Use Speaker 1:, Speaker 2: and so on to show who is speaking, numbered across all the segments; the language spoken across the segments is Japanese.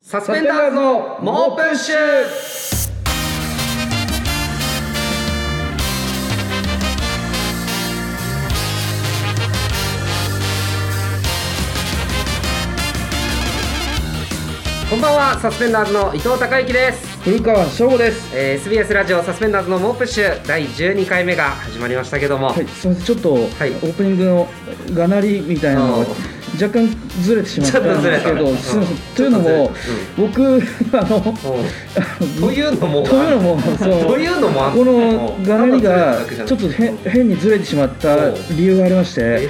Speaker 1: サスペンダーズの猛プッシュこんばんはサスペンダーズの伊藤孝之です、
Speaker 2: 古川翔吾です。
Speaker 1: えー SBS ラジオサスペンダーズの猛プッシュ第12回目が始まりましたけども、
Speaker 2: はい、すみません、ちょっ
Speaker 1: い
Speaker 2: と、オープニングのがなりみたいなの
Speaker 1: うん
Speaker 2: が若干ずれてしまったんですけ
Speaker 1: ちょっ
Speaker 2: ど、
Speaker 1: とず
Speaker 2: す
Speaker 1: れたね
Speaker 2: みません。というのも、僕、あの、
Speaker 1: う
Speaker 2: あ
Speaker 1: んというのも
Speaker 2: のというのも、そ
Speaker 1: と
Speaker 2: う。
Speaker 1: いうのもあん
Speaker 2: このがなり
Speaker 1: う
Speaker 2: が
Speaker 1: ん
Speaker 2: ちょっと変
Speaker 1: うん
Speaker 2: 変にずれてしまった理由がありまして
Speaker 1: え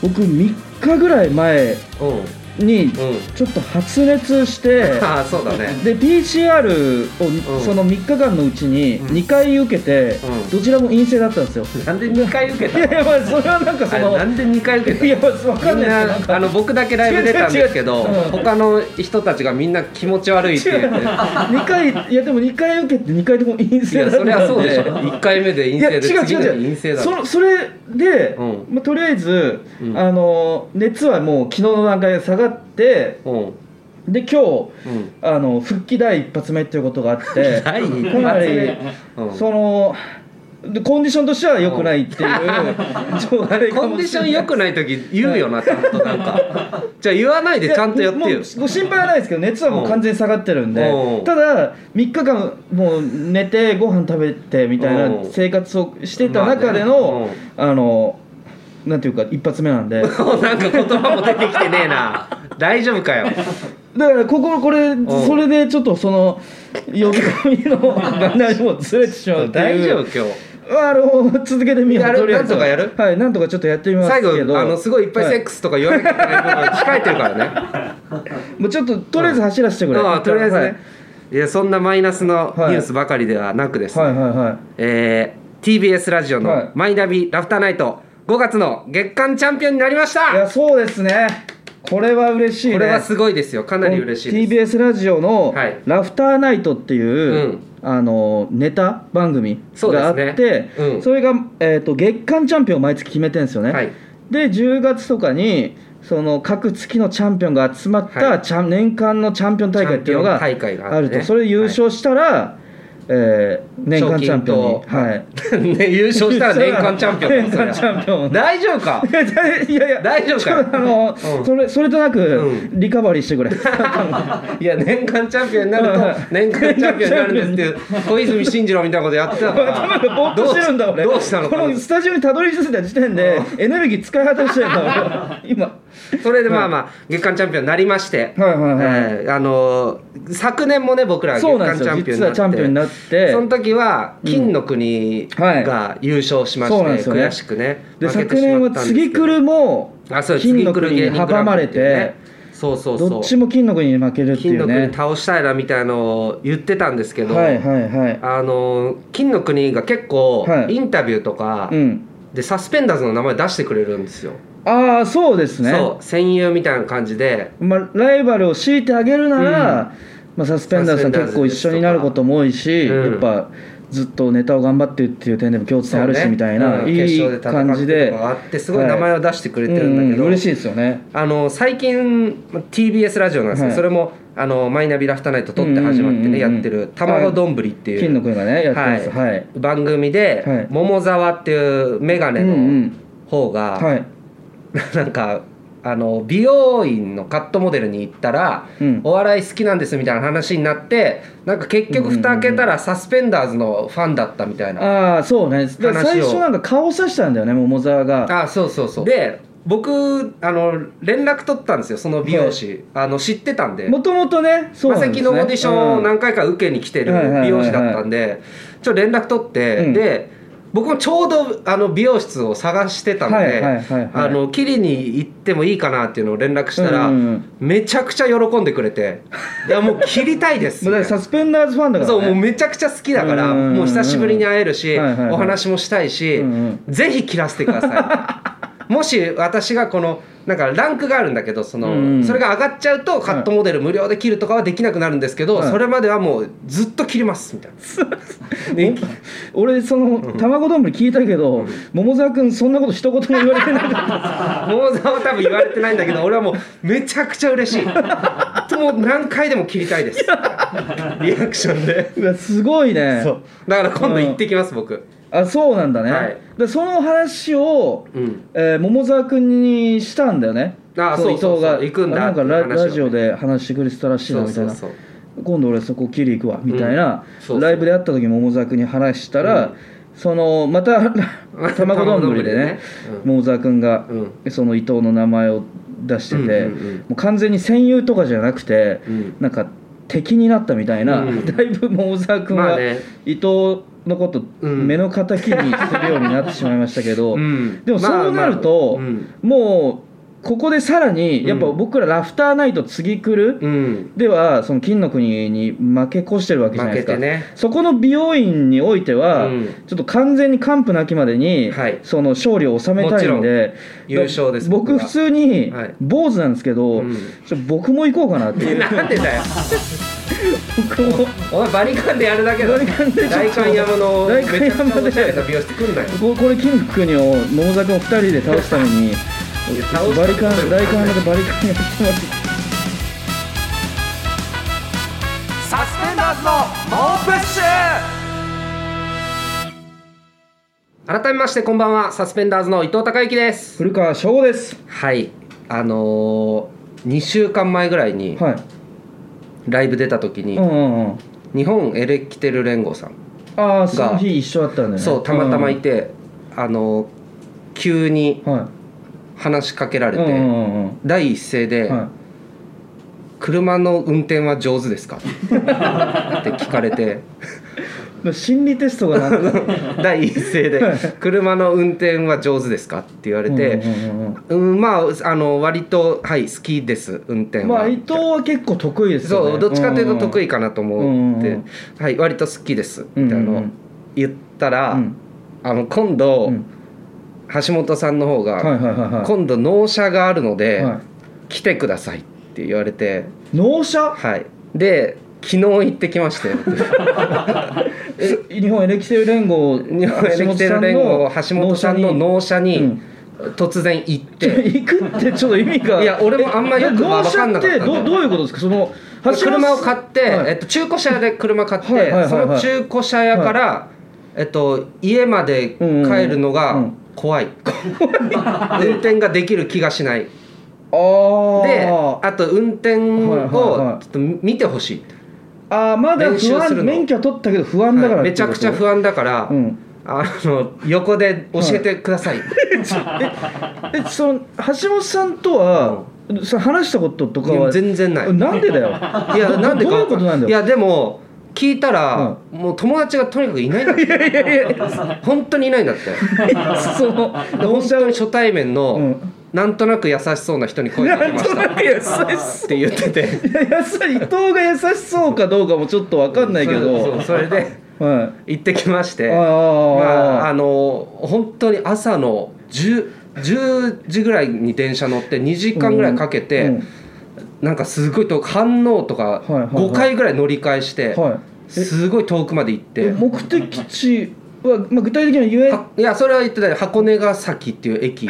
Speaker 2: 僕3日ぐらい前
Speaker 1: 何うん
Speaker 2: に
Speaker 1: うん
Speaker 2: ちょっと発 熱して
Speaker 1: ああそうだね
Speaker 2: で PCR
Speaker 1: う
Speaker 2: を
Speaker 1: ん
Speaker 2: その3日間のうちに
Speaker 1: うん
Speaker 2: 2回受けて
Speaker 1: うん
Speaker 2: どちらも陰性だったんですよ
Speaker 1: なんで2回受け
Speaker 2: い
Speaker 1: た
Speaker 2: やい
Speaker 1: の
Speaker 2: やまあそれはなんかそ
Speaker 1: あれ
Speaker 2: の
Speaker 1: なんで2回受けた
Speaker 2: い
Speaker 1: の
Speaker 2: やわかん
Speaker 1: みん
Speaker 2: ないです
Speaker 1: なあの僕だけライブ出たんですけど
Speaker 2: 違う違う違ううん
Speaker 1: 他の人たちがみんな気持ち悪いって言って
Speaker 2: 2回いやでも2回受けて2回とも陰
Speaker 1: い
Speaker 2: 性だ
Speaker 1: や
Speaker 2: った
Speaker 1: そ
Speaker 2: ん
Speaker 1: り
Speaker 2: で
Speaker 1: ゃそうでしょ1回目で
Speaker 2: い
Speaker 1: 陰
Speaker 2: や
Speaker 1: 性
Speaker 2: 違
Speaker 1: で
Speaker 2: う違
Speaker 1: 次の
Speaker 2: う
Speaker 1: 日
Speaker 2: 違
Speaker 1: 陰
Speaker 2: う
Speaker 1: 性だ
Speaker 2: そのそれで、
Speaker 1: うん
Speaker 2: まあ、とりあえず、
Speaker 1: うん
Speaker 2: あの熱はもう昨日の段階で下がって
Speaker 1: うんうん
Speaker 2: で今日あの復帰第一発目っていうことがあって
Speaker 1: 第一
Speaker 2: かな
Speaker 1: 発
Speaker 2: り、
Speaker 1: 目うん
Speaker 2: そのでコンディションとしては良くない っていう、状態
Speaker 1: コ
Speaker 2: か
Speaker 1: ン
Speaker 2: も
Speaker 1: ディ
Speaker 2: し
Speaker 1: ショ
Speaker 2: れな
Speaker 1: ン
Speaker 2: い
Speaker 1: 良くない時言うよ なちゃんとなんかじゃあ言わないでちゃんとやって
Speaker 2: い
Speaker 1: よ
Speaker 2: もうご心配はないですけど熱はもう完全に下がってるんで、
Speaker 1: うん
Speaker 2: ただ3日間もう寝てご飯食べてみたいな生活をしてた中
Speaker 1: ま
Speaker 2: で
Speaker 1: あ
Speaker 2: の
Speaker 1: ね、
Speaker 2: あのなんていうか一発目なんでだか
Speaker 1: もう なんか言葉も出てきてねえな大丈夫かよ
Speaker 2: らこここれ、
Speaker 1: ん
Speaker 2: それでちょっとその呼び込みのが何もずれてしまうって
Speaker 1: 大
Speaker 2: いう
Speaker 1: 丈夫今日
Speaker 2: あの続けてみよう
Speaker 1: やる
Speaker 2: とりあえず
Speaker 1: なんとかやる
Speaker 2: はいなんとかちょっとやってみます
Speaker 1: 最
Speaker 2: けど
Speaker 1: 後あのすごいいっぱいセッ
Speaker 2: ク
Speaker 1: クスとか言わなきゃいけない部分控えてる からね
Speaker 2: もうちょっととりあえず走らせてくれ、
Speaker 1: ああとりあえずね、
Speaker 2: はい
Speaker 1: い、やそんなマイナスのニュースばかりではなくですね、
Speaker 2: はいはいはい
Speaker 1: えー TBS ラジオ
Speaker 2: はい
Speaker 1: の「マイナビラフターナイト」5月の月間チャンピオンになりました
Speaker 2: いやそうですねこれは嬉しいね
Speaker 1: これはすごいですよかなり嬉しいです
Speaker 2: TBS ラジオの
Speaker 1: はい
Speaker 2: 「ラフターナイト」っていう、
Speaker 1: うん
Speaker 2: あのネタ番組
Speaker 1: そうで
Speaker 2: があ
Speaker 1: す
Speaker 2: っ
Speaker 1: ね
Speaker 2: てそ,、
Speaker 1: うん
Speaker 2: れが、えー、と月間チャンピオンを毎月決めてるんですよね、
Speaker 1: はい
Speaker 2: で10月とかにその各月のチャンピオンが集まった、
Speaker 1: はい
Speaker 2: チャン年間のチャンピオン大会っていうのが
Speaker 1: チャンピオン大会があってね
Speaker 2: あるとそれで優勝したら、えー年間チャンピ
Speaker 1: 賞、金
Speaker 2: オンに
Speaker 1: と
Speaker 2: はい、
Speaker 1: ね優勝したら年間チャンピオン
Speaker 2: 年間チャンピオン
Speaker 1: 大丈夫か
Speaker 2: いやいやいや
Speaker 1: 大丈夫かよ
Speaker 2: ちょっとあの、
Speaker 1: うん
Speaker 2: それそれとなく
Speaker 1: う
Speaker 2: リカバリーしてくれ、
Speaker 1: いや年間チャンピオンになる と年間チャンピオンになるんですっていう小泉進次郎みたいなことやって たか
Speaker 2: 頭がぼ
Speaker 1: ら
Speaker 2: ーっとしてるんだ俺
Speaker 1: どうしたの
Speaker 2: こ
Speaker 1: かな
Speaker 2: のスタジオにたどり着いた時点でエネルギー使い果たしてるんだ俺今
Speaker 1: それでまあまあ月間チャンピオンになりまして、
Speaker 2: はいはいはい
Speaker 1: えーあのー昨年もね僕ら月
Speaker 2: そうなん
Speaker 1: 間
Speaker 2: で
Speaker 1: チャンピオ
Speaker 2: すよ
Speaker 1: ン
Speaker 2: 実はチャンピオンに
Speaker 1: にな
Speaker 2: な
Speaker 1: っ
Speaker 2: ってて
Speaker 1: その時は金の国
Speaker 2: うんはい
Speaker 1: が優勝しまして、
Speaker 2: そうなんですよね
Speaker 1: 悔しくね
Speaker 2: で
Speaker 1: 負け
Speaker 2: 昨
Speaker 1: てし
Speaker 2: 年
Speaker 1: まっ
Speaker 2: は
Speaker 1: たんですけど
Speaker 2: 次来るも
Speaker 1: あそう
Speaker 2: 金
Speaker 1: 次来
Speaker 2: の国
Speaker 1: る
Speaker 2: に
Speaker 1: 芸人グラ
Speaker 2: 阻
Speaker 1: ン
Speaker 2: ま
Speaker 1: プリ
Speaker 2: れ
Speaker 1: っていうね
Speaker 2: て
Speaker 1: そうそうそう
Speaker 2: どっちも金の国に負けるってい
Speaker 1: 金
Speaker 2: う
Speaker 1: の国
Speaker 2: ね
Speaker 1: 倒したいなみたいなのを言ってたんですけど、
Speaker 2: はいはいはい
Speaker 1: あのー金の国が結構
Speaker 2: はい
Speaker 1: インタビューとか、
Speaker 2: うん
Speaker 1: でサスペンダーズの名前出してくれるんですよ、
Speaker 2: ああそうですね
Speaker 1: そう戦友みたいな感じで
Speaker 2: まあ、ライバルを強いてあげるなら、まあ、サスペンダーズさん
Speaker 1: サスペンダーズ
Speaker 2: 結構一緒になることも多いし、
Speaker 1: うん
Speaker 2: やっぱずっとネタを頑張ってるっていう点でも共通
Speaker 1: そう
Speaker 2: 点あるし、
Speaker 1: ね
Speaker 2: みたいな、
Speaker 1: うん
Speaker 2: い
Speaker 1: 決勝
Speaker 2: い
Speaker 1: で戦
Speaker 2: 感
Speaker 1: って
Speaker 2: じ
Speaker 1: と
Speaker 2: で
Speaker 1: かがあってすごい名前を出してくれてるんだけど、
Speaker 2: う嬉しいですよね
Speaker 1: あの最近ま TBS ラジオなんですけど、
Speaker 2: はい
Speaker 1: それもあのマイナビラフターナイト撮って始まってね、
Speaker 2: うんうんうんうん
Speaker 1: やってる「卵丼ぶり」っていう、
Speaker 2: 金の国がねやってます
Speaker 1: は
Speaker 2: はいい、
Speaker 1: 番組で、
Speaker 2: はい
Speaker 1: 桃沢っていう眼鏡
Speaker 2: うんう
Speaker 1: の
Speaker 2: ん
Speaker 1: 方が、
Speaker 2: はい、
Speaker 1: なんかあの美容院のカットモデルに行ったら、
Speaker 2: うん
Speaker 1: お笑い好きなんですみたいな話になってなんか結局蓋開けたらサスペンダーズのファンだったみたいな、
Speaker 2: ああそうね
Speaker 1: を
Speaker 2: で最初なんか顔さしたんだよね桃沢が
Speaker 1: あそうそうそうで僕あの連絡取ったんですよその美容師、あの知ってたんで
Speaker 2: もともとねそう
Speaker 1: マ
Speaker 2: な
Speaker 1: セ
Speaker 2: んで
Speaker 1: キ
Speaker 2: すね
Speaker 1: のオーディションを
Speaker 2: うん
Speaker 1: 何回か受けに来て
Speaker 2: はいはい
Speaker 1: る
Speaker 2: はいはい
Speaker 1: 美容師だったんでちょっと連絡取って、
Speaker 2: うん
Speaker 1: で僕もちょうどあの美容室を探してたんで、
Speaker 2: はいはいはいはい
Speaker 1: あの切りに行ってもいいかなっていうのを連絡したら、
Speaker 2: うんうん
Speaker 1: めちゃくちゃ喜んでくれて「いやもう切りたいです」
Speaker 2: もうだからサスペンダーズファンだから、
Speaker 1: そう
Speaker 2: ね、
Speaker 1: もうめちゃくちゃ好きだから、
Speaker 2: うんうんうん
Speaker 1: もう久しぶりに会えるし、
Speaker 2: はいはいはい
Speaker 1: お話もしたいし、
Speaker 2: うん
Speaker 1: ぜひ切らせてください もし私がこのなんかランクがあるんだけどその、
Speaker 2: うん
Speaker 1: それが上がっちゃうとカットモデル無料で切るとかはできなくなるんですけど、
Speaker 2: はい
Speaker 1: それまではもうずっと切り ますみたいな。で
Speaker 2: 俺その卵丼聞いたけど桃沢君そんなこと一言も言われてなかっ
Speaker 1: 桃沢は多分言われてないんだけ ど俺はもうめちゃくちゃ嬉しいもう何回でも切りたい ですリアクションで
Speaker 2: たうわすごいね
Speaker 1: そうだから今度行ってきます僕
Speaker 2: あそうなんだね、
Speaker 1: はい
Speaker 2: でその話を、
Speaker 1: うん
Speaker 2: えー桃沢君にしたんだよね
Speaker 1: あ
Speaker 2: の
Speaker 1: そうそうそう
Speaker 2: 伊藤が
Speaker 1: 行くんだ
Speaker 2: あなんか
Speaker 1: っ
Speaker 2: ラ
Speaker 1: て話をね
Speaker 2: ラジオで話してくれてたらしい
Speaker 1: そ
Speaker 2: な
Speaker 1: う
Speaker 2: みた
Speaker 1: そ
Speaker 2: いうな
Speaker 1: そう
Speaker 2: 今度俺そこ切り行くわみたいな、
Speaker 1: うんそうそう
Speaker 2: ライブで会った時桃沢君に話したら、
Speaker 1: うん
Speaker 2: その また卵丼でね
Speaker 1: 卵丼でねうん
Speaker 2: 桃沢君が、その伊藤の名前を出してて、
Speaker 1: うんうんうん
Speaker 2: もう完全に戦友とかじゃなくて、
Speaker 1: うん
Speaker 2: なんか敵になったみたいな、
Speaker 1: うん
Speaker 2: だいぶ桃沢君
Speaker 1: ま
Speaker 2: は
Speaker 1: あね
Speaker 2: 伊藤のこと
Speaker 1: うん
Speaker 2: 目の敵にするようになってしまいましたけど、
Speaker 1: うん
Speaker 2: でもそうなると、
Speaker 1: まあまあうん
Speaker 2: もうここでさらにやっぱ僕らラフターナイト次来る、
Speaker 1: うん
Speaker 2: ではその金の国に負け越してるわけじゃないですか
Speaker 1: 負けてね
Speaker 2: そこの美容院においては、
Speaker 1: うん
Speaker 2: ちょっと完全に完膚なきまでに、
Speaker 1: はい
Speaker 2: その勝利を収めたいんで
Speaker 1: ちろん優勝です僕
Speaker 2: 僕
Speaker 1: は
Speaker 2: 普通に
Speaker 1: はい
Speaker 2: 坊主なんですけど、
Speaker 1: うん
Speaker 2: ちょ僕も行こうかなって
Speaker 1: で なんでだよ
Speaker 2: 僕も
Speaker 1: お前バリカンでやるだけだ
Speaker 2: バリカンでちょっと
Speaker 1: 大観山の
Speaker 2: 代
Speaker 1: めちゃく
Speaker 2: 官
Speaker 1: ちゃ
Speaker 2: 山で
Speaker 1: おしゃれな美容室来んなよ
Speaker 2: ここれ金の国を桃沢君を2人で倒すために
Speaker 1: や倒す
Speaker 2: バリカ
Speaker 1: 倒す
Speaker 2: ン大観山でバリカンやってます
Speaker 1: サスペンダーズの猛プッシュ改めましてこんばんはサスペンダーズの伊藤孝之です
Speaker 2: 古川翔吾です
Speaker 1: はいあのー、2週間前ぐらいに
Speaker 2: はい
Speaker 1: ライブ出た時に、
Speaker 2: うんうんうん
Speaker 1: 日本エレキテル連合さん、
Speaker 2: ああその日一緒だったんだよね
Speaker 1: そうたまたまい
Speaker 2: て、
Speaker 1: て、あのー急に
Speaker 2: うんは
Speaker 1: 話しかけら
Speaker 2: い
Speaker 1: れ
Speaker 2: う
Speaker 1: て、
Speaker 2: んうんうん
Speaker 1: 第一声で、
Speaker 2: うんはい
Speaker 1: 車の運転は上手ですか?」 って聞かれて
Speaker 2: 心理テス トがなくて
Speaker 1: 第一声で「車の運転は上手ですか?」って言われて、
Speaker 2: うんうんうん
Speaker 1: うん、まああの割とはい好きです運転
Speaker 2: う
Speaker 1: は、
Speaker 2: んまあ伊藤は結構得意ですよね
Speaker 1: そうどっちかというと得
Speaker 2: 意
Speaker 1: 意かなと思って、
Speaker 2: うんうん
Speaker 1: はい割と好きですみたいなのを言ったら、
Speaker 2: うん
Speaker 1: あの今度、
Speaker 2: うん
Speaker 1: 橋本さんの方が、
Speaker 2: はいはいはいはい
Speaker 1: 今度納車があるので、
Speaker 2: は
Speaker 1: 来てくださいって言われて
Speaker 2: い納車
Speaker 1: はいで昨日行ってきま して
Speaker 2: え日本エレキテル連合
Speaker 1: 日本エレキテル連合橋本さんの納車
Speaker 2: う
Speaker 1: に
Speaker 2: ん
Speaker 1: 突然行っ
Speaker 2: ちょ
Speaker 1: て、
Speaker 2: 行くってちょっと意味が
Speaker 1: いや俺もあんまよく
Speaker 2: 納
Speaker 1: わかん
Speaker 2: 車
Speaker 1: なか
Speaker 2: っ
Speaker 1: った
Speaker 2: て
Speaker 1: んだよ
Speaker 2: どどういうことですかその橋本さん
Speaker 1: 車を買って、
Speaker 2: はい
Speaker 1: えっと、中古車屋で車買って、
Speaker 2: はいはいはいはい
Speaker 1: その中古車屋から、えっと、家まで帰るの
Speaker 2: うんうんう
Speaker 1: が
Speaker 2: ん
Speaker 1: 怖い、運転ができる気がしない
Speaker 2: あー
Speaker 1: であと運転
Speaker 2: はいはい
Speaker 1: を
Speaker 2: はい
Speaker 1: ちょっと見てほしい,、
Speaker 2: あーまだ
Speaker 1: 練習
Speaker 2: 不
Speaker 1: する
Speaker 2: 安
Speaker 1: の
Speaker 2: 免許取ったけど不安だから
Speaker 1: はいめちゃくちゃ不安だから、
Speaker 2: 安うん
Speaker 1: あの横で教えてください、
Speaker 2: えその橋本さんとは、その話したこととか
Speaker 1: いや
Speaker 2: は
Speaker 1: 全然ない
Speaker 2: なんでだよ
Speaker 1: いや
Speaker 2: ど
Speaker 1: なんでか
Speaker 2: どういうことなんだよ
Speaker 1: いやでも聞いたら、もう友達がとにかくいないん だって本当にいないんだって
Speaker 2: その
Speaker 1: で本当に初対面の、
Speaker 2: うん
Speaker 1: なんとなく優しそうな人に声かけましたっ
Speaker 2: く優しそう
Speaker 1: て言ってて
Speaker 2: いや優しい伊藤が優しそうかどうかもちょっとわかんないけど、
Speaker 1: そうそれで
Speaker 2: はい
Speaker 1: 行ってきまして
Speaker 2: あ
Speaker 1: ま
Speaker 2: ー
Speaker 1: ああの本当に朝の 10, 10時ぐらいに電車乗って2時間ぐらいかけて、
Speaker 2: うん
Speaker 1: なんかすごい遠く反応とか
Speaker 2: いはいはい
Speaker 1: 5回ぐらい乗り換えして、
Speaker 2: はい
Speaker 1: すごい遠くまで行って。
Speaker 2: え目的地は、まあ、具体的には言 え
Speaker 1: はいやそれは言ってない箱根ヶ崎っていう駅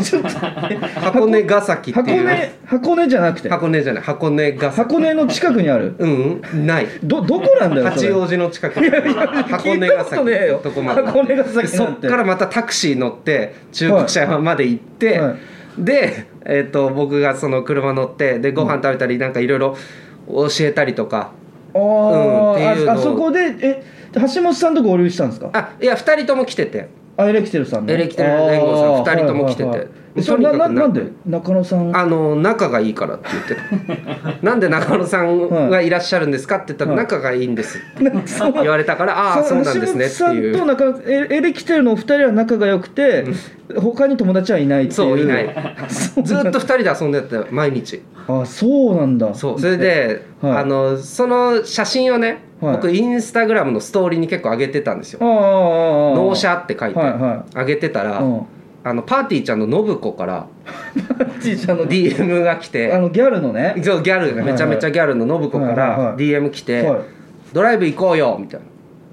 Speaker 2: ちょっと
Speaker 1: 箱根ヶ崎って
Speaker 2: 箱
Speaker 1: いう
Speaker 2: 根箱根じゃなくて
Speaker 1: 箱根じゃない箱根ヶ崎
Speaker 2: 箱根の近くにある
Speaker 1: うんうんない
Speaker 2: どどこなんだよそ
Speaker 1: 八
Speaker 2: れ
Speaker 1: 王子の近く箱根
Speaker 2: 聞いた
Speaker 1: が
Speaker 2: こと
Speaker 1: 先
Speaker 2: ねえよ
Speaker 1: とこまで
Speaker 2: 箱根ヶ崎
Speaker 1: そ
Speaker 2: なん
Speaker 1: ってからまたタクシー乗って中国車屋まで行って、
Speaker 2: はい
Speaker 1: で、えー、と僕がその車乗ってでご飯食べたりなんかいろいろ教えたりとか
Speaker 2: あー、
Speaker 1: うんっていうの
Speaker 2: ああそこでえ橋本さんと合流したんですか
Speaker 1: あいや2人とも来てて
Speaker 2: あエレキテルさんね
Speaker 1: エレキテル連合さん
Speaker 2: あー
Speaker 1: 二人とも来てて
Speaker 2: はいはいはい
Speaker 1: と
Speaker 2: えそ
Speaker 1: に
Speaker 2: れ
Speaker 1: か
Speaker 2: な
Speaker 1: く
Speaker 2: な
Speaker 1: な
Speaker 2: なんで中野さん
Speaker 1: あの仲がいいからって言ってたなんで中野さんがいらっしゃるんですかって言ったら
Speaker 2: はい
Speaker 1: 仲がいいんですって
Speaker 2: なんかそう
Speaker 1: 言われたからああーそうなんですねって
Speaker 2: 橋本
Speaker 1: い
Speaker 2: さ
Speaker 1: うん
Speaker 2: と中えエレキテルのお二人は仲が良くて他に友達はいないっていう
Speaker 1: そういない
Speaker 2: そう
Speaker 1: ずっと2人で遊んでたよ毎日
Speaker 2: あそうなんだ
Speaker 1: そうそれで、
Speaker 2: はい
Speaker 1: あのその写真をね、
Speaker 2: はい
Speaker 1: 僕インスタグラムのストーリーに結構上げてたんですよ
Speaker 2: あああああ
Speaker 1: 「
Speaker 2: あ
Speaker 1: 納車」って書いて
Speaker 2: はいは
Speaker 1: 上げてたら、
Speaker 2: うん
Speaker 1: あのパーティーちゃんの信子から
Speaker 2: ちいちゃんの
Speaker 1: DM が来
Speaker 2: あ
Speaker 1: て
Speaker 2: のギャルのね
Speaker 1: そうギャルめちゃめちゃギャルの信子か
Speaker 2: はいはいは
Speaker 1: ら
Speaker 2: い
Speaker 1: DM 来て
Speaker 2: はい
Speaker 1: 「ドライブ行こうよ」みたいな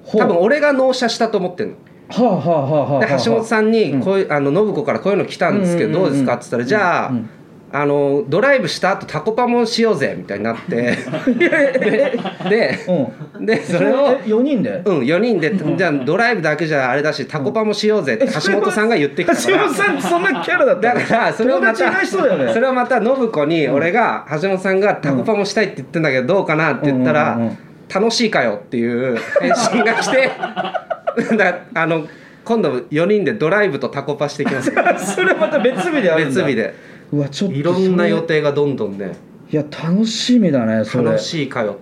Speaker 2: ほう
Speaker 1: 多分俺が納車したと思ってんの
Speaker 2: はあはあはあはあはあ
Speaker 1: で橋本さんにこういうあの信子からこういうの来たんですけどどうですか?」っつったら「じゃあ
Speaker 2: うん
Speaker 1: あのドライブした後タコパもしようぜ」みたいになって で
Speaker 2: うん
Speaker 1: でで それを
Speaker 2: え。4人で
Speaker 1: うん、4人でじゃあドライブだけじゃあれだしタコパもしようぜって橋本さんが言ってきたか
Speaker 2: 橋
Speaker 1: ら
Speaker 2: 本さんそんなキャラだった
Speaker 1: だ
Speaker 2: の
Speaker 1: からそれをま
Speaker 2: 友達い
Speaker 1: た
Speaker 2: ない人だよね
Speaker 1: それをまた信子に俺が橋本さんがタコパもしたいって言ってんだけどどうかなって言ったら
Speaker 2: うんうんうんうん
Speaker 1: 楽しいかよっていう返信が来 てだあの今度4人でドライブとタコパしてきます
Speaker 2: それまた別日であるんだ
Speaker 1: 別日で
Speaker 2: うわちょっと
Speaker 1: いろんな予定がどんどんね
Speaker 2: いや楽しみだねそれ
Speaker 1: 楽しいかよ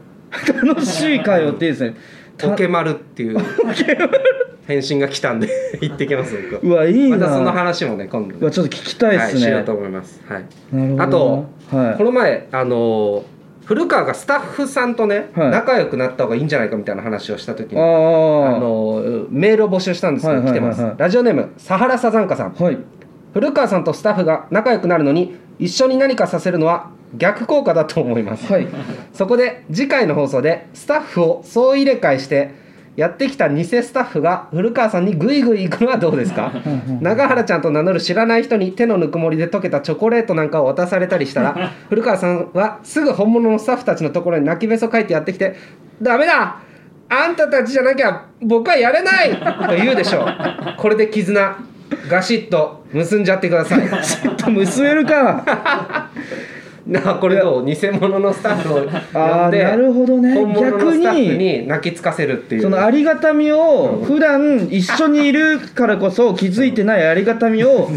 Speaker 2: 楽しい会をっていいですねた
Speaker 1: ポケマルっていう 返信が来たんで 行ってきます僕
Speaker 2: うわいいな
Speaker 1: またその話もね今度
Speaker 2: うわちょっと聞きたい
Speaker 1: は
Speaker 2: で
Speaker 1: い
Speaker 2: す
Speaker 1: し
Speaker 2: ね、
Speaker 1: ようと思いますはい
Speaker 2: なるほどな
Speaker 1: あとこ
Speaker 2: は
Speaker 1: の前あのー古川がスタッフさんとね、
Speaker 2: はい
Speaker 1: 仲良くなった方がいいんじゃないかみたいな話をした時
Speaker 2: い
Speaker 1: にあ
Speaker 2: ああ
Speaker 1: のーメールを募集したんですけど、
Speaker 2: はいはいはい
Speaker 1: 来て
Speaker 2: はい
Speaker 1: ますラジオネームサハラサザンカさん
Speaker 2: はい
Speaker 1: 古川さんとスタッフが仲良くなるのに一緒に何かさせるのは逆効果だと思います
Speaker 2: はい
Speaker 1: そこで次回の放送でスタッフを総入れ替えしてやってきた偽スタッフが古川さんにグイグイ行くのはど うですか永原ちゃんと名乗る知らない人に手のぬくもりで溶けたチョコレートなんかを渡されたりした ら古川さんはすぐ本物のスタッフたちのところに泣きべそ書いてやってきて「ダメだあんたたちじゃなきゃ僕はやれない!」 と言うでしょうこれで絆ガシッと結んじゃってくださ い
Speaker 2: ちょっと結べるか
Speaker 1: なあこれどう偽物のスタッフを
Speaker 2: あ
Speaker 1: 呼
Speaker 2: あ
Speaker 1: んで
Speaker 2: なるほどね
Speaker 1: 本物の
Speaker 2: 逆
Speaker 1: スタッフ
Speaker 2: に
Speaker 1: に泣きつかせるっていう
Speaker 2: そのありがたみを普段一緒にいるからこ そ気づいてないありがたみを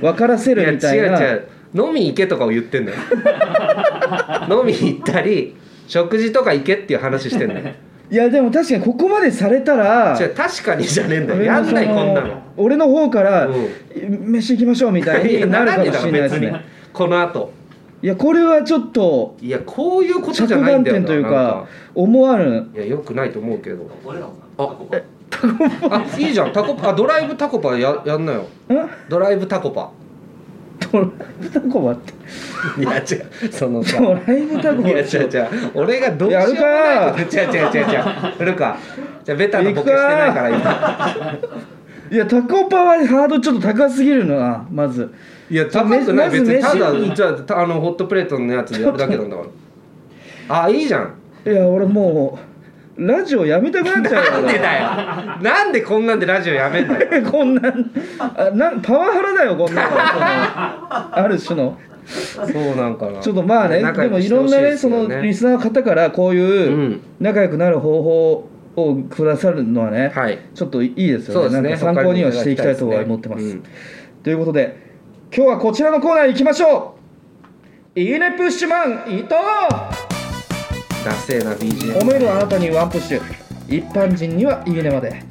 Speaker 2: 分からせ
Speaker 1: いや
Speaker 2: るみたいな
Speaker 1: 違う違う飲み行けとかを言ってん だよ飲み行ったり食事とか行けっていう話してんだよ
Speaker 2: いやでも確かにここまでされたら
Speaker 1: 違う確かにじゃねえんだよ
Speaker 2: 俺の
Speaker 1: や
Speaker 2: そ
Speaker 1: んないこんなの
Speaker 2: 俺の方から
Speaker 1: うん
Speaker 2: 飯行きましょうみたい
Speaker 1: いや
Speaker 2: になる
Speaker 1: な
Speaker 2: からも
Speaker 1: ねえだろ
Speaker 2: しれないで
Speaker 1: 別
Speaker 2: す
Speaker 1: に
Speaker 2: ね
Speaker 1: この後
Speaker 2: いやこれはちょっと
Speaker 1: いやこういうこと
Speaker 2: 着
Speaker 1: じゃないん
Speaker 2: 眼
Speaker 1: だよ
Speaker 2: 点
Speaker 1: な
Speaker 2: という
Speaker 1: なん
Speaker 2: か思わぬ
Speaker 1: いやよくないと思うけど
Speaker 3: 俺らもな
Speaker 1: あえあいいじゃんタコパあドライブタコパややんなよ
Speaker 2: ん
Speaker 1: ドライブタコパ
Speaker 2: ドライブタコバって
Speaker 1: いや違うそのさ
Speaker 2: ドライブタコ
Speaker 1: い
Speaker 2: バ
Speaker 1: や違う
Speaker 2: って
Speaker 1: 違う俺がどうしようもないこと違う違う違う違う古川じゃあベタなボケしてないから今
Speaker 2: いやタコパはハードちょっと高すぎるなまず
Speaker 1: いや高くない
Speaker 2: まず
Speaker 1: 別に
Speaker 2: ま
Speaker 1: た
Speaker 2: ず飯
Speaker 1: だじゃあたあのホットプレートのやつでやるだけなんだからあいいじゃん
Speaker 2: いや俺もうラジオやめたくなっちゃうよ
Speaker 1: なんでだよなんでこんなんでラジオやめんだよ
Speaker 2: こんなんあなんパワハラだよこんなのそのある種の
Speaker 1: そうなんかな
Speaker 2: ちょっとまあね
Speaker 1: 仲
Speaker 2: で
Speaker 1: 良
Speaker 2: も
Speaker 1: くし
Speaker 2: い
Speaker 1: て
Speaker 2: ろ
Speaker 1: ほ
Speaker 2: ん
Speaker 1: し
Speaker 2: な
Speaker 1: で
Speaker 2: ね
Speaker 1: す
Speaker 2: そ
Speaker 1: よ
Speaker 2: のリスナーの方からこう
Speaker 1: う
Speaker 2: いうん仲良くなる方法をくださるのはね、
Speaker 1: はい
Speaker 2: ちょっといいです
Speaker 1: そ
Speaker 2: よ
Speaker 1: うで
Speaker 2: ね
Speaker 1: すね
Speaker 2: なんか参考にはしていきたいとは思ってます、ということで今日はこちらのコーナー行きましょういいねプッシュマン伊藤
Speaker 1: ダセーな BGM
Speaker 2: 褒めるあなたにワンプッシュ一般人にはいいねまで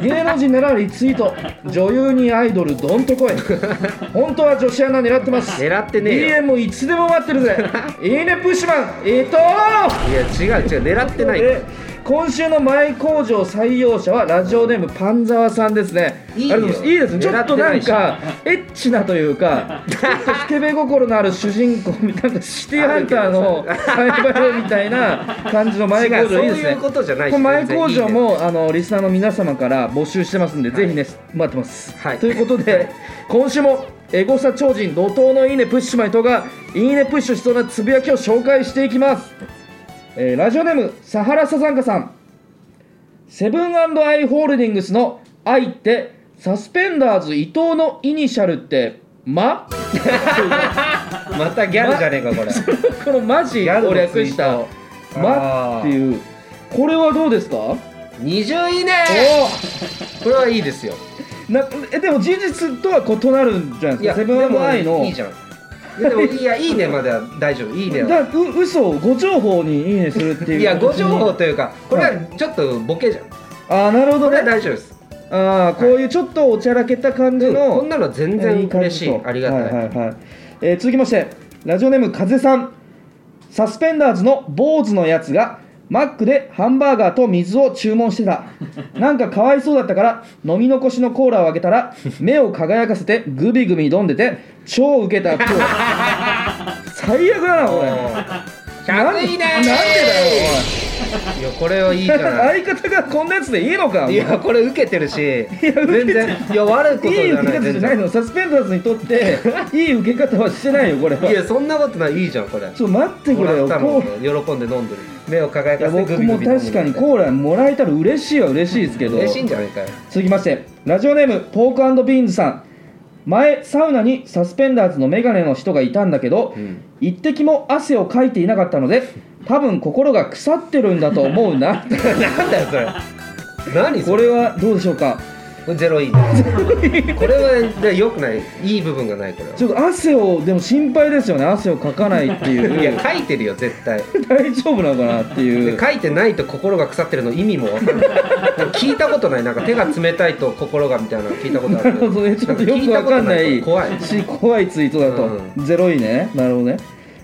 Speaker 2: 芸能人ならリツイート女優にアイドルどんとこい本当は女子アナ狙ってます
Speaker 1: 狙ってねえよ
Speaker 2: DM いつでも待ってる ぜいいねプッシュマン伊藤
Speaker 1: いや違う違う狙ってないから
Speaker 2: え今週の前工場採用者はラジオネームパンザワさんですね
Speaker 1: いいよ
Speaker 2: ありがとうございますいいですねちょっとなん
Speaker 1: 狙
Speaker 2: かエッチなとい うかちょっとスケベ心のある主人公みたいなシティハンターのサイバルみたいな感じの前
Speaker 1: 違う
Speaker 2: 工
Speaker 1: そう
Speaker 2: 場いいです
Speaker 1: い
Speaker 2: ね
Speaker 1: うことじゃない
Speaker 2: この前工
Speaker 1: 全然いい
Speaker 2: 場
Speaker 1: ね
Speaker 2: もあのリスナーの皆様から募集してますんで、ぜひね待ってます、
Speaker 1: はい
Speaker 2: ということで今週もエゴサ超人怒涛のいいねプッシュマイトがいいねプッシュしそうなつぶやきを紹介していきます、えーラジオネームサハラサザンカさんセブンアイ・ホールディングスの「愛」ってサスペンダーズ伊藤のイニシャルって「ま」
Speaker 1: またギャルじゃねえかこれ
Speaker 2: この「マジ」を略した「ま」っていうこれはどうですかお
Speaker 1: 20いいねこれはいいですよ
Speaker 2: なえでも事実とは異なるんじゃないですかセブンアンドアイの
Speaker 1: いいじゃんいや でもいやいいねまでは大丈夫いいねは
Speaker 2: だう嘘を誤情報にいいねするっていう
Speaker 1: い
Speaker 2: い
Speaker 1: やご情報というかこれ
Speaker 2: は
Speaker 1: はちょっとボケじゃんこ
Speaker 2: ああなるほど
Speaker 1: れは
Speaker 2: ね
Speaker 1: 大丈夫です
Speaker 2: ああこういうちょっとおちゃらけた感じの、
Speaker 1: こんなの全然嬉し
Speaker 2: いい
Speaker 1: い
Speaker 2: 感じと
Speaker 1: ありが
Speaker 2: はいは
Speaker 1: たい
Speaker 2: いはいえー続きましてラジオネーム風さんサスペンダーズの坊主のやつがマックでハンバーガーと水を注文してたなんかかわいそうだったから飲み残しのコーラをあげたら目を輝かせてグビグビ飲んでて超ウケた今日最悪だなこれなん
Speaker 1: 100
Speaker 2: で
Speaker 1: いいね
Speaker 2: なんでだよ
Speaker 1: いやこれはいいじ
Speaker 2: お
Speaker 1: ゃ
Speaker 2: い
Speaker 1: ない
Speaker 2: 相方がこんなやつでいいのか
Speaker 1: いやこれ受けてるし全然いや悪いこと
Speaker 2: い
Speaker 1: じ
Speaker 2: い
Speaker 1: ゃ
Speaker 2: 受
Speaker 1: な
Speaker 2: け
Speaker 1: い
Speaker 2: 方じ
Speaker 1: 全
Speaker 2: ゃない
Speaker 1: 然
Speaker 2: のサスペンダーズにとっていい受け方はしてないよこれはい
Speaker 1: やそんなことないいいじゃんこれ
Speaker 2: ちょ待ってく
Speaker 1: も
Speaker 2: れ
Speaker 1: ら
Speaker 2: よ
Speaker 1: ったの
Speaker 2: こ
Speaker 1: を
Speaker 2: う
Speaker 1: 喜んで飲んでる目を輝
Speaker 2: いや
Speaker 1: かせてグ
Speaker 2: 僕
Speaker 1: ビグ
Speaker 2: も
Speaker 1: ビ飲んで
Speaker 2: 確かにコーラもらえたら嬉しいは嬉しいですけど
Speaker 1: 嬉しいんじゃないかよ
Speaker 2: 続きましてラジオネームポークビーンズさん前サウナにサスペンダーズのメガネの人がいたんだけど、
Speaker 1: うん
Speaker 2: 一滴も汗をかいていなかったので多分心が腐ってるんだと思う な
Speaker 1: なんだよそれ何そ
Speaker 2: こ
Speaker 1: れ
Speaker 2: れはどうでしょうか
Speaker 1: ゼロいいこれはで良くないいい部分がないこれは
Speaker 2: ちょっと汗をでも心配ですよね汗をかかないってい う
Speaker 1: いや書いてるよ絶対
Speaker 2: 大丈夫なのかなっていう
Speaker 1: で書いてないと心が腐ってるの意味も分かんないなんか聞いたことないなんか手が冷たいと心がみたいなの聞いたことあ
Speaker 2: な
Speaker 1: るけ
Speaker 2: るほどね、ちょっとよくわかんない
Speaker 1: 聞たことないから怖い
Speaker 2: し怖いツイートだと、
Speaker 1: う
Speaker 2: ゼロいねなるほどね、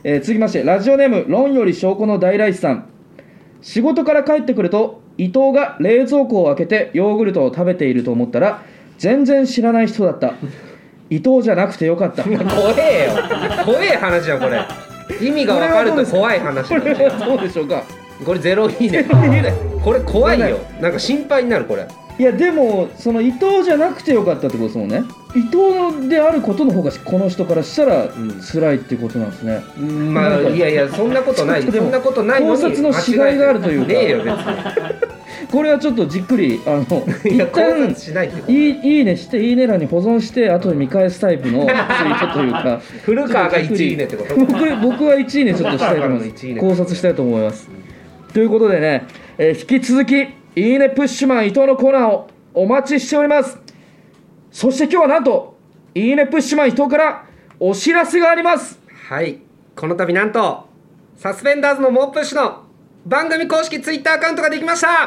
Speaker 2: えー続きましてラジオネーム「論より証拠の大来さん」仕事から帰ってくると伊藤が冷蔵庫を開けてヨーグルトを食べていると思ったら全然知らない人だった伊藤じゃなくて よかったこれ
Speaker 1: 怖えよ怖え話じゃんこれ意味が分かると怖い話なんだよ
Speaker 2: はどうでしょうか
Speaker 1: これゼロいいねこれ怖いよなんか心配になるこれ
Speaker 2: いやでもその伊藤じゃなくてよかったってことですもんね伊藤であることの方がこの人からしたら
Speaker 1: ん
Speaker 2: 辛いってことなんですね、
Speaker 1: まあいやいやそんなことない
Speaker 2: ちょ
Speaker 1: そ
Speaker 2: っとでも
Speaker 1: んなことないのに
Speaker 2: 考察のしがいがあるというか
Speaker 1: 間違えてるねえよ別に
Speaker 2: これはちょっとじっくりあの
Speaker 1: い
Speaker 2: 一
Speaker 1: や考
Speaker 2: 旦
Speaker 1: 察しないって
Speaker 2: いいいいねしていいね欄に保存して後で見返すタイプのツイートというか
Speaker 1: 古川が1いいねってこと
Speaker 2: 僕僕は1いいねちょっとしたいと思いま
Speaker 1: いい
Speaker 2: す
Speaker 1: ね
Speaker 2: 考察したいと思いますということでね、えー引き続き「いいねプッシュマン伊藤」のコーナーをお待ちしておりますそして今日はなんと「いいねプッシュマン伊藤」からお知らせがあります
Speaker 1: はいこの度なんとサスペンダーズのモップッシュの番組公式ツイッターアカウントができましたは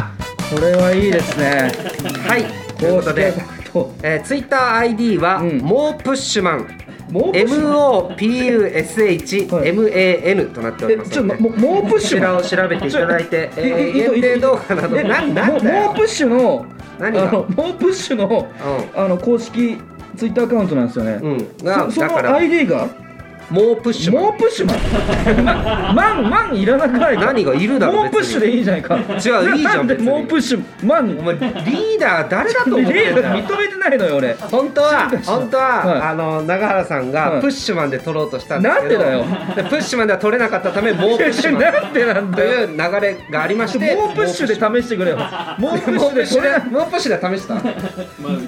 Speaker 2: これはいいですね
Speaker 1: いということで、
Speaker 2: こ
Speaker 1: えー、ツイッター ID は、
Speaker 2: うん
Speaker 1: モープッシュマン
Speaker 2: うもうプッシュ
Speaker 1: MOPUSHMAN となっており
Speaker 2: え
Speaker 1: ます
Speaker 2: ちょ
Speaker 1: ので
Speaker 2: ももうプッ
Speaker 1: こ
Speaker 2: シ
Speaker 1: ち
Speaker 2: ュ
Speaker 1: らを調べていただいて、え
Speaker 2: ちょい
Speaker 1: ー、
Speaker 2: いい
Speaker 1: 限
Speaker 2: い
Speaker 1: 定動画など
Speaker 2: え
Speaker 1: なな
Speaker 2: も
Speaker 1: ん
Speaker 2: う
Speaker 1: だ
Speaker 2: もう
Speaker 1: よ
Speaker 2: プッシュの
Speaker 1: 何が
Speaker 2: あのもうプッシュの、あの公式ツイッターアカウントなんですよね、
Speaker 1: うん
Speaker 2: そそ
Speaker 1: だから
Speaker 2: の ID が
Speaker 1: モープッシュマン
Speaker 2: もうプッシュ マンマンマンいらなくないか
Speaker 1: 何がいるだろ
Speaker 2: もうプッシュでいいじゃないか
Speaker 1: 違ういいじゃん
Speaker 2: なんで
Speaker 1: 別に
Speaker 2: もうプッシュマン
Speaker 1: お前リーダー誰だと
Speaker 2: リ
Speaker 1: 思ってん
Speaker 2: ー
Speaker 1: だ
Speaker 2: ダ
Speaker 1: よ
Speaker 2: ー認めてないのよ俺
Speaker 1: 本当は本当は、
Speaker 2: はい
Speaker 1: あの永原さん
Speaker 2: は
Speaker 1: が
Speaker 2: い
Speaker 1: プッシュマンで取ろうとしたんですけど、
Speaker 2: なん
Speaker 1: でプッシュマンでは取れなかったた めもうプッシュマン
Speaker 2: なんでなん
Speaker 1: と
Speaker 2: だ
Speaker 1: い
Speaker 2: よ
Speaker 1: う流れがありま
Speaker 2: ち
Speaker 1: し
Speaker 2: ょ
Speaker 1: て
Speaker 2: もうプッシュで試してくれよもうプッシュでそれな
Speaker 1: もうプッシュで試した
Speaker 3: まあう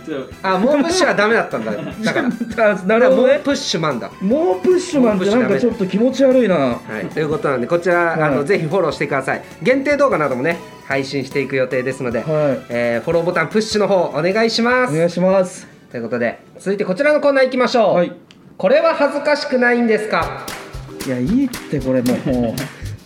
Speaker 3: ちは
Speaker 1: あもうプッシュはダメだったんだだから
Speaker 2: あ なるほ
Speaker 1: も
Speaker 2: ど
Speaker 1: う
Speaker 2: ね
Speaker 1: プッシュマンだ
Speaker 2: もうプッシュマンってなんかちょっと気持ち悪いな
Speaker 1: はい、ということなんでこちら、
Speaker 2: はい
Speaker 1: あのぜひフォローしてください限定動画などもね配信していく予定ですので、
Speaker 2: はい
Speaker 1: えーフォローボタンプッシュの方お願いしま
Speaker 2: お
Speaker 1: す、
Speaker 2: 願いします
Speaker 1: ということで続いてこちらのコーナーいきましょう、
Speaker 2: はい
Speaker 1: これは恥ずかしくないんですか
Speaker 2: いやいいってこれ もう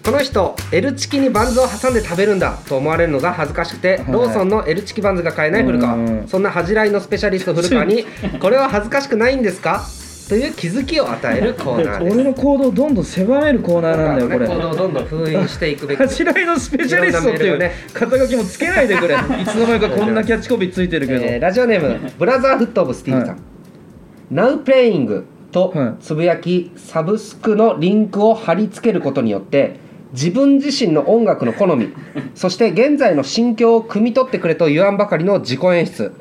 Speaker 1: この人 L チキにバンズを挟んで食べるんだと思われるのが恥ずかしくて、
Speaker 2: い
Speaker 1: ローソンの L チキバンズが買えない古
Speaker 2: うん
Speaker 1: 川そんな恥じらいのスペシャリスト古川 にこれは恥ずかしくないんですかという気づきを与えるコーナーです
Speaker 2: 俺の行動をどんどん狭める コーナーなんだよこ
Speaker 1: 行動
Speaker 2: れ
Speaker 1: をどんどん封印していくべき
Speaker 2: 恥じらいのスペシャリストってい
Speaker 1: いろんなメ
Speaker 2: う
Speaker 1: ール
Speaker 2: 肩書きもつけないでくれいつの間にかこんなキャッチコピーついてるけど、
Speaker 1: えーラジオネ ームブラザーフット・オブ・スティーブさん
Speaker 2: は
Speaker 1: 「Now Playing」と
Speaker 2: はい
Speaker 1: つぶやきサブスクのリンクを貼り付けることによって自分自身の音楽の好 みそして現在の心境を汲み取ってくれと言わんばかりの自己演出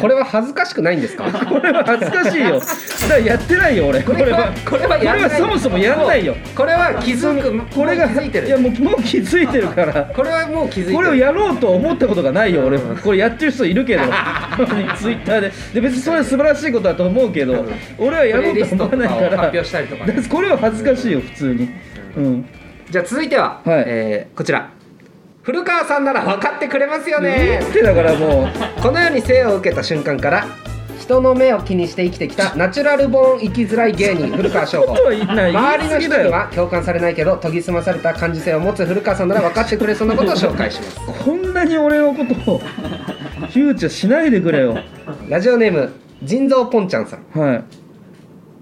Speaker 1: これは恥ずかしくないんですか
Speaker 2: これは恥ずかしいよだからやってないよ俺こ
Speaker 1: これはこれはやんない
Speaker 2: これはそもそもやんないよ
Speaker 1: これは気づく
Speaker 2: これが
Speaker 1: もう気づいて
Speaker 2: や
Speaker 1: る
Speaker 2: もうもう気づいてるから
Speaker 1: これはもう気づいてる
Speaker 2: これをやろうと思ったことがないよ俺これやってる人いるけ どツイッターでで別にそれは素晴らしいことだと思うけど俺はや
Speaker 1: プ
Speaker 2: ろ
Speaker 1: レイリ
Speaker 2: うと
Speaker 1: スト
Speaker 2: 思わ
Speaker 1: と
Speaker 2: ない
Speaker 1: かを
Speaker 2: か
Speaker 1: 発
Speaker 2: ら
Speaker 1: 表したりとか
Speaker 2: だからこれは恥ずかしいよ普通にうん
Speaker 1: じゃあ続いては、
Speaker 2: はい
Speaker 1: えーこちら古川さんなら分かってくれますよね
Speaker 2: ってだからもう
Speaker 1: この世に生を受けた瞬間から人の目を気にして生きてきたナチュラルボーン生きづらい芸人古川翔
Speaker 2: こ
Speaker 1: 吾
Speaker 2: とは 言いない
Speaker 1: 周りの
Speaker 2: 言い過ぎ
Speaker 1: 人
Speaker 2: だ
Speaker 1: に
Speaker 2: よ
Speaker 1: は共感されないけど研ぎ澄まされた感受性を持つ古川さんなら分かってくれそうなことを紹介します
Speaker 2: こんなに俺のことをフューチャーしないでくれよ
Speaker 1: ラジオネーム腎臓ポンちゃんさん
Speaker 2: はい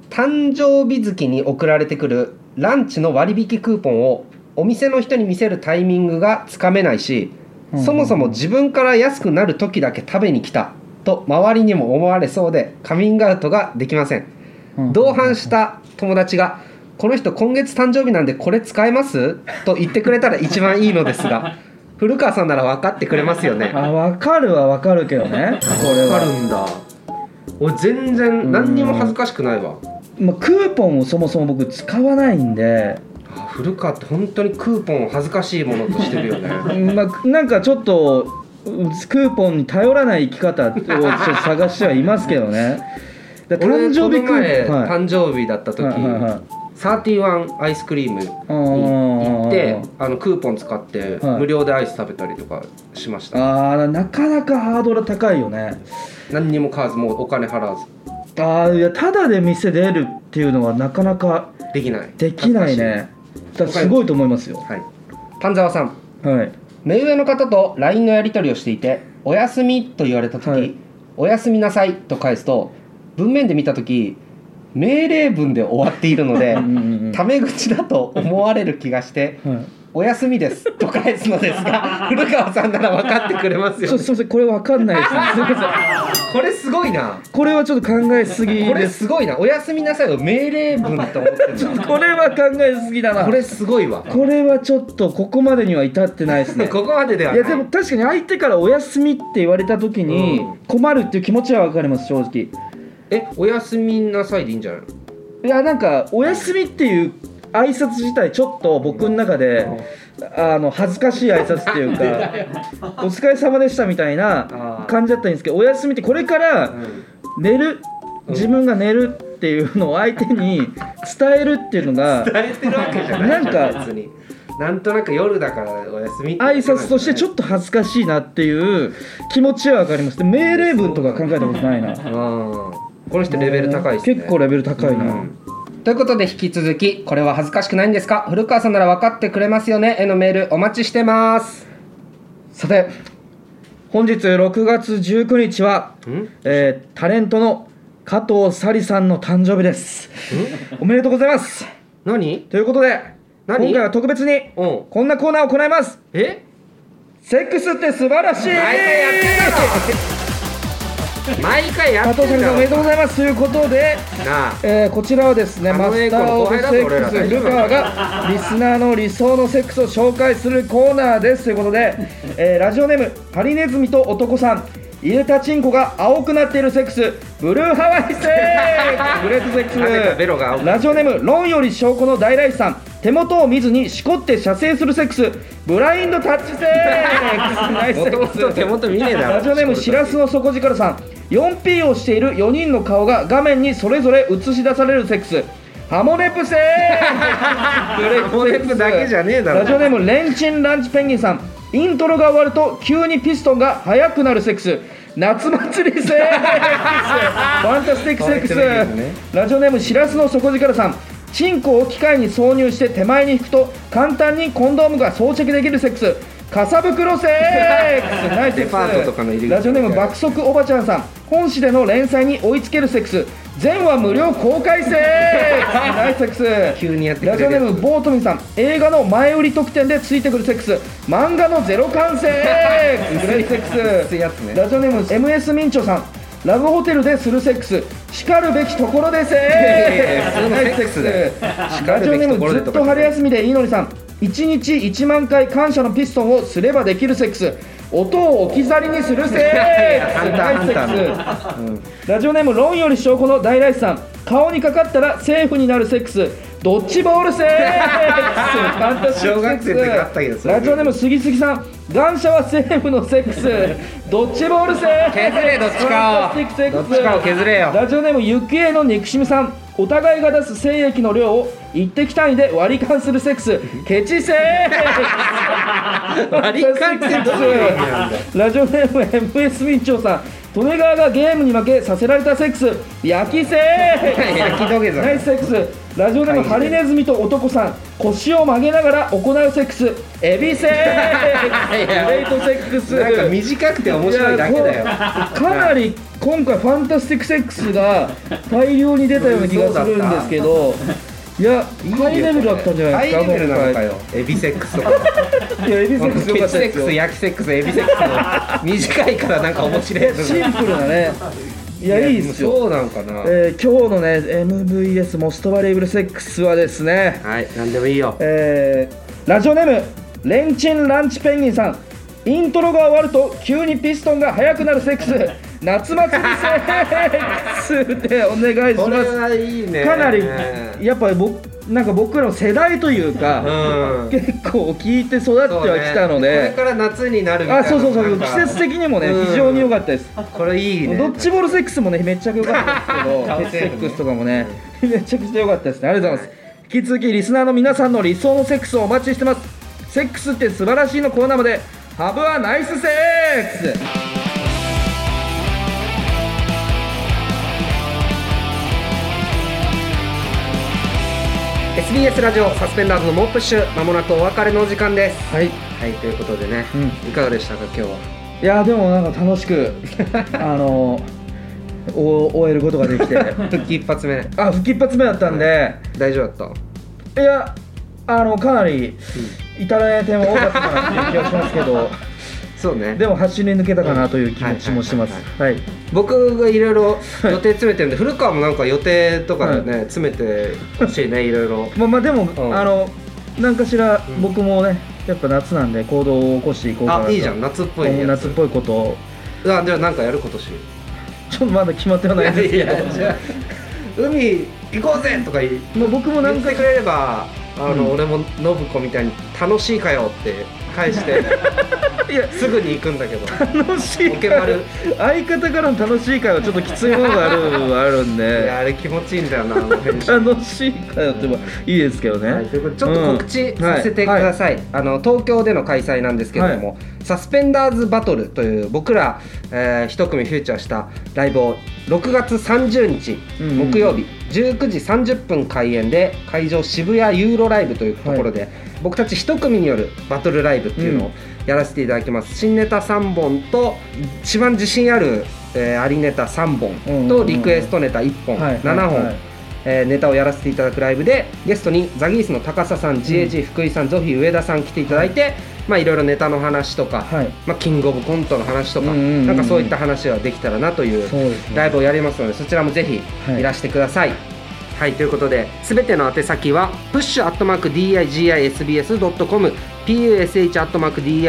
Speaker 1: 誕生日月に送られてくるランチの割引クーポンをお店の人に見せるタイミングがつかめないし、
Speaker 2: うん
Speaker 1: そもそも自分から安くなる時だけ食べに来たと周りにも思われそうでカミングアウトができません
Speaker 2: うん
Speaker 1: 同伴した友達が「この人今月誕生日なんでこれ使えます?」と言ってくれたら一番いいのですが古川さんなら分かってくれますよね
Speaker 2: あ分かるは分かるけどねこれ
Speaker 1: 分か
Speaker 2: は
Speaker 1: るんだ俺全然何にも恥ずかしくないわ
Speaker 2: まあ、クーポンをそもそも僕使わないんで、
Speaker 1: あ古川って本当にクーポンを恥ずかしいものとしてるよね
Speaker 2: まあ、なんかちょっとうんクーポンに頼らない生き方をちょっと探してはいますけどねだから
Speaker 1: 俺
Speaker 2: 誕生日
Speaker 1: こ
Speaker 2: ク
Speaker 1: の前
Speaker 2: ーポンはい
Speaker 1: 誕生日だった時、
Speaker 2: はいはいはい
Speaker 1: サーティワンアイスクリームに
Speaker 2: あー
Speaker 1: 行ってあのクーポン使って
Speaker 2: はい
Speaker 1: 無料でアイス食べたりとかしました、
Speaker 2: あーなかなかハードル高いよね
Speaker 1: 何にも買わずもうお金払わず
Speaker 2: ああいやただで店出るっていうのはなかなか
Speaker 1: できない
Speaker 2: できないねだからすごいと思いますよ
Speaker 1: はい丹沢さん
Speaker 2: はい
Speaker 1: 目上の方と LINE のやり取りをしていて「おやすみ」と言われた時「
Speaker 2: はい
Speaker 1: おやすみなさい」と返すと文面で見た時命令文で終わっているので
Speaker 2: うんうんうん
Speaker 1: タメ口だと思われる気がして
Speaker 2: はい
Speaker 1: 「おやすみです」と返すのです が古川さんなら分かってくれます
Speaker 2: ちょ
Speaker 1: よ
Speaker 2: っとすいませんこれわかん ないですねすいません
Speaker 1: これすごいな
Speaker 2: これはちょっと考えすぎ
Speaker 1: これ
Speaker 2: です
Speaker 1: すごいな「おやすみなさい」を命令文と思ってるんだ
Speaker 2: これは考えすぎだな
Speaker 1: これすごいわ
Speaker 2: これはちょっとここまでには至ってないですね
Speaker 1: ここまでではいない
Speaker 2: やでも確かに相手から「お休み」って言われた時に
Speaker 1: うん
Speaker 2: 困るっていう気持ちはわかります正直
Speaker 1: えおやすみなさいでいいんじゃないの
Speaker 2: いやなんか「お休み」っていう挨拶自体ちょっと僕の中であの恥ずかしい挨拶ってい うか「お疲れ様でした」みたいな
Speaker 1: ー
Speaker 2: 感じだったんですけど「お休み」ってこれから寝る
Speaker 1: うん
Speaker 2: 自分が寝るっていうのを相手に伝えるっていうのが
Speaker 1: 伝えてるわけじゃない
Speaker 2: なんか
Speaker 1: 別になんとなく夜だからお休みって
Speaker 2: 挨拶としてちょ
Speaker 1: と
Speaker 2: っと恥ずかしいなっていう気持ちは分かりますで命令文とか考えたことないな
Speaker 1: この人レベル高いですね
Speaker 2: 結構レベル高いな、
Speaker 1: うんということで引き続きこれは恥ずかしくないんですか古川さんなら分かってくれますよねへのメールお待ちしてます
Speaker 2: さて本日6月19日は、
Speaker 1: ん
Speaker 2: えータレントの加藤サリさんの誕生日ですおめでとうございます
Speaker 1: 何
Speaker 2: ということで今
Speaker 1: 何
Speaker 2: 回は特別に
Speaker 1: うん
Speaker 2: こんなコーナーを行います
Speaker 1: え
Speaker 2: セックスって素晴らしい
Speaker 1: 毎回やってんだろ毎回や
Speaker 2: 加
Speaker 1: って
Speaker 2: 藤サ
Speaker 1: ん
Speaker 2: リさ
Speaker 1: だ
Speaker 2: んおめでとう
Speaker 1: ろ
Speaker 2: ございますということで
Speaker 1: なあ
Speaker 2: えーこちらはですね
Speaker 1: あ
Speaker 2: マ
Speaker 1: の
Speaker 2: ス
Speaker 1: 栄
Speaker 2: タ
Speaker 1: 光
Speaker 2: ー・
Speaker 1: の
Speaker 2: オ
Speaker 1: 後
Speaker 2: ブ・
Speaker 1: 輩だ
Speaker 2: セ
Speaker 1: ぞ
Speaker 2: ックス
Speaker 1: 俺ら
Speaker 2: 古川がリスナーの理想のセックスを紹介するコーナーですということで、えーラジオネームハリネズミと男さん入れたチンコが青くなっているセックスブルーハワイセックスグレートセックス
Speaker 1: なぜかベロが青くな
Speaker 2: ラジオネーム論より証拠の大来さん手元を見ずにしこって射精するセックスブラインドタッチセックスナイスセ
Speaker 1: もと
Speaker 2: ッ
Speaker 1: も
Speaker 2: クス
Speaker 1: と手元見ねえだろ
Speaker 2: ラジオネームしらすの底力さん 4P をしている4人の顔が画面にそれぞれ映し出されるセックスハモネプ セー
Speaker 1: ハモネプだけじゃねえだろ
Speaker 2: ラジオネームレンチンランチペンギンさんイントロが終わると急にピストンが速くなるセックス夏祭 りセックスファンタスティックセック
Speaker 1: 可愛くないけどね
Speaker 2: スラジオネームしらすの底力さんチンコを機械に挿入して手前に引くと簡単にコンドームが装着できるセックスかさ袋セッ クスナイスセッ
Speaker 1: デ
Speaker 2: クス
Speaker 1: パートとかの入り口
Speaker 2: ラジオネーム爆速おばちゃんさん本誌での連載に追いつけるセックス全話無料公開セック スナイスセックス
Speaker 1: 急にやってくれ
Speaker 2: ラ
Speaker 1: る
Speaker 2: ジ
Speaker 1: やつ
Speaker 2: オネームボートミンさん映画の前売り特典でついてくるセックス漫画のゼロ完成グレイセック
Speaker 1: 薄
Speaker 2: ス
Speaker 1: いやつね
Speaker 2: ラジオネーム MS ミンチョさんラブホテルでするセックスしかるべきところでセ
Speaker 1: やい
Speaker 2: ッ
Speaker 1: や
Speaker 2: ク
Speaker 1: そ
Speaker 2: ス
Speaker 1: の
Speaker 2: ナ
Speaker 1: セ
Speaker 2: イ
Speaker 1: ッ
Speaker 2: スセ
Speaker 1: ク
Speaker 2: ッ
Speaker 1: スだよ
Speaker 2: クス
Speaker 1: しか
Speaker 2: ラジ
Speaker 1: る
Speaker 2: オ
Speaker 1: べ
Speaker 2: ネ
Speaker 1: きと
Speaker 2: ー
Speaker 1: こ
Speaker 2: ム
Speaker 1: ろ
Speaker 2: ず
Speaker 1: で
Speaker 2: っ
Speaker 1: とか
Speaker 2: と春休みでいいのりさん1日1万回感謝のピストンをすればできるセックス音を置き去りにするセックス
Speaker 1: いやいや ハンター
Speaker 2: ナイスセックス
Speaker 1: ハ
Speaker 2: ラジオネーム論より証拠の大来さん顔にかかったらセーフになるセックスドッジボールセ ックスファンタスティックセックス
Speaker 1: 小学生の時あったけどそういうの
Speaker 2: ラジオネーム杉杉さん感謝はセーフのセックスドッジボールセックス
Speaker 1: 削れどっちかを
Speaker 2: ファンタスティックセックス
Speaker 1: どっちかを削れよ
Speaker 2: ラジオネーム行方の憎しみさんお互いが出す精液の量を一滴単位で割り勘するセックスケチセッ クス
Speaker 1: 割り勘ってどういう意味なんだよ
Speaker 2: ラジオネーム MS 民調さん利根川がゲームに負けさせられたセックス焼きセックス
Speaker 1: 焼き土下座
Speaker 2: ナイスセックスラジオネームハリネズミと男さん腰を曲げながら行うセックスエビセックス
Speaker 1: い
Speaker 2: グ
Speaker 1: や
Speaker 2: レートセックス
Speaker 1: なんか短くて面白いだけだよ
Speaker 2: いやこうかなり今回ファンタスティックセックスが大量に出たような気がするんですけどいや
Speaker 1: いいよ
Speaker 2: ハイレベルだったんじゃないですか
Speaker 1: ハイレベルなのかよエビセックスとか
Speaker 2: 今回いやエビセックス
Speaker 1: ケチ
Speaker 2: 良かった
Speaker 1: セッ
Speaker 2: です
Speaker 1: クス
Speaker 2: よ
Speaker 1: 焼きセックスエビセックスの短いからなんか面白い部分
Speaker 2: シンプルなねいやいいですよ
Speaker 1: そうなんかな、
Speaker 2: えー、今日のね MVS モストバリエブルセックスはですね
Speaker 1: はいなんでもいいよ
Speaker 2: えーラジオネームレンチンランチペンギンさんイントロが終わると急にピストンが速くなるセック ス夏祭りセックスでお願いし
Speaker 1: これ
Speaker 2: ます
Speaker 1: はいいね
Speaker 2: かなり
Speaker 1: う
Speaker 2: やっぱり僕なんか僕らの世代というか、
Speaker 1: ん
Speaker 2: 結構聞いて育っては
Speaker 1: そうね
Speaker 2: きたの
Speaker 1: これ
Speaker 2: で、
Speaker 1: から夏になるみたい
Speaker 2: あ
Speaker 1: な
Speaker 2: そうそうそう
Speaker 1: な
Speaker 2: 季
Speaker 1: んか
Speaker 2: 節的にもね、
Speaker 1: うん
Speaker 2: 非常に良かったです
Speaker 1: これいいね
Speaker 2: ドッジボールセックスもねめっちゃ良かったで
Speaker 1: 楽
Speaker 2: す
Speaker 1: し
Speaker 2: け
Speaker 1: い
Speaker 2: ど
Speaker 1: ね
Speaker 2: ヘッセックスとかもね めちゃくちゃ良かったですねありがとうございます引き続きリスナーの皆さんの理想のセックスをお待ちしてますセックスって素晴らしいのコーナーまでハブはナイスセックス
Speaker 1: うん SBS ラジオサスペンダーズの猛プッシュまもなくお別れのお時間です
Speaker 2: はいい
Speaker 1: はいということでね、
Speaker 2: う
Speaker 1: いかがでしたか今日は
Speaker 2: やでもなんか楽し くあのお終えることができ て
Speaker 1: 復帰一発目
Speaker 2: あ復帰一発目だったんで
Speaker 1: 大丈夫だっ
Speaker 2: いやあのかなり至らない点は多かったかなっていう気がしますけ ど
Speaker 1: たそうね
Speaker 2: でも走り抜けたかなという気持ちもしてますはい
Speaker 1: 僕がいろいろ予定詰めて るんで古川もなんか予定とかね、
Speaker 2: は
Speaker 1: 詰めてほしいねいろいろ
Speaker 2: まあまあでも、
Speaker 1: ん
Speaker 2: あの何かしら
Speaker 1: うん
Speaker 2: 僕もねやっぱ夏なんで行動を起こしていこうかなと
Speaker 1: あいいじゃん夏っぽいねやつ
Speaker 2: 夏っぽいことを
Speaker 1: あじゃあなんかやる今年
Speaker 2: ちょっとまだ決まってはないですけ
Speaker 1: いやいや
Speaker 2: ど
Speaker 1: 海行こうぜとか言い
Speaker 2: まあ僕も
Speaker 1: 言
Speaker 2: 何
Speaker 1: って
Speaker 2: 回
Speaker 1: く
Speaker 2: か
Speaker 1: れればあの、
Speaker 2: うん
Speaker 1: 俺も信子みたいに「楽しいかよ」って返して
Speaker 2: いや
Speaker 1: すぐに行くんだけど
Speaker 2: 楽しい
Speaker 1: オケマル
Speaker 2: 相方からの楽しい会はちょっときついものがあるはあるん
Speaker 1: いや
Speaker 2: で
Speaker 1: あれ気持ちいいんだよなあの編集
Speaker 2: 楽しい会ってもいいですけどね、
Speaker 1: はい、ということでちょっと告知させてください、あの東京での開催なんですけれども、サスペンダーズバトルという僕ら、えー一組フューチャーしたライブを6月30日
Speaker 2: うんうんうん
Speaker 1: 木曜日19時30分開演で会場渋谷ユーロライブというところで、僕たち一組によるバトルライブっていうのをやらせていただきます、新ネタ3本と一番自信ある、えーありネタ3
Speaker 2: うんうんう
Speaker 1: 本
Speaker 2: ん
Speaker 1: とリクエストネタ1本、
Speaker 2: はいはい
Speaker 1: 7本、
Speaker 2: はい
Speaker 1: えーネタをやらせていただくライブでゲストにザギースの高佐さん GAG 福井さんゾフィー上田さん来ていただいて、まあいろいろネタの話とか、
Speaker 2: はい
Speaker 1: まあ、キングオブコントの話とか、
Speaker 2: うんうんうんうん
Speaker 1: なんかそういった話はできたらなという
Speaker 2: そうですね
Speaker 1: ライブをやりますのでそちらもぜひ
Speaker 2: はい
Speaker 1: いらしてください。はいということで全ての宛先は push.digisbs.com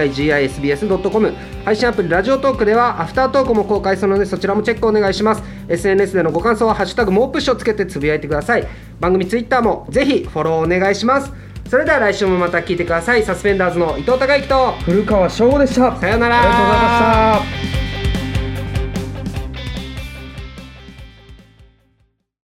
Speaker 1: push.digisbs.com 配信アプリラジオトークではアフタートークも公開するのでそちらもチェックお願いします SNS でのご感想は「ハッシュタグもうプッシュ」をつけてつぶやいてください番組ツイッターもぜひフォローお願いしますそれでは来週もまた聞いてくださいサスペンダーズの伊藤孝之と
Speaker 2: 古川翔吾でした
Speaker 1: さようなら
Speaker 2: ありがとうございました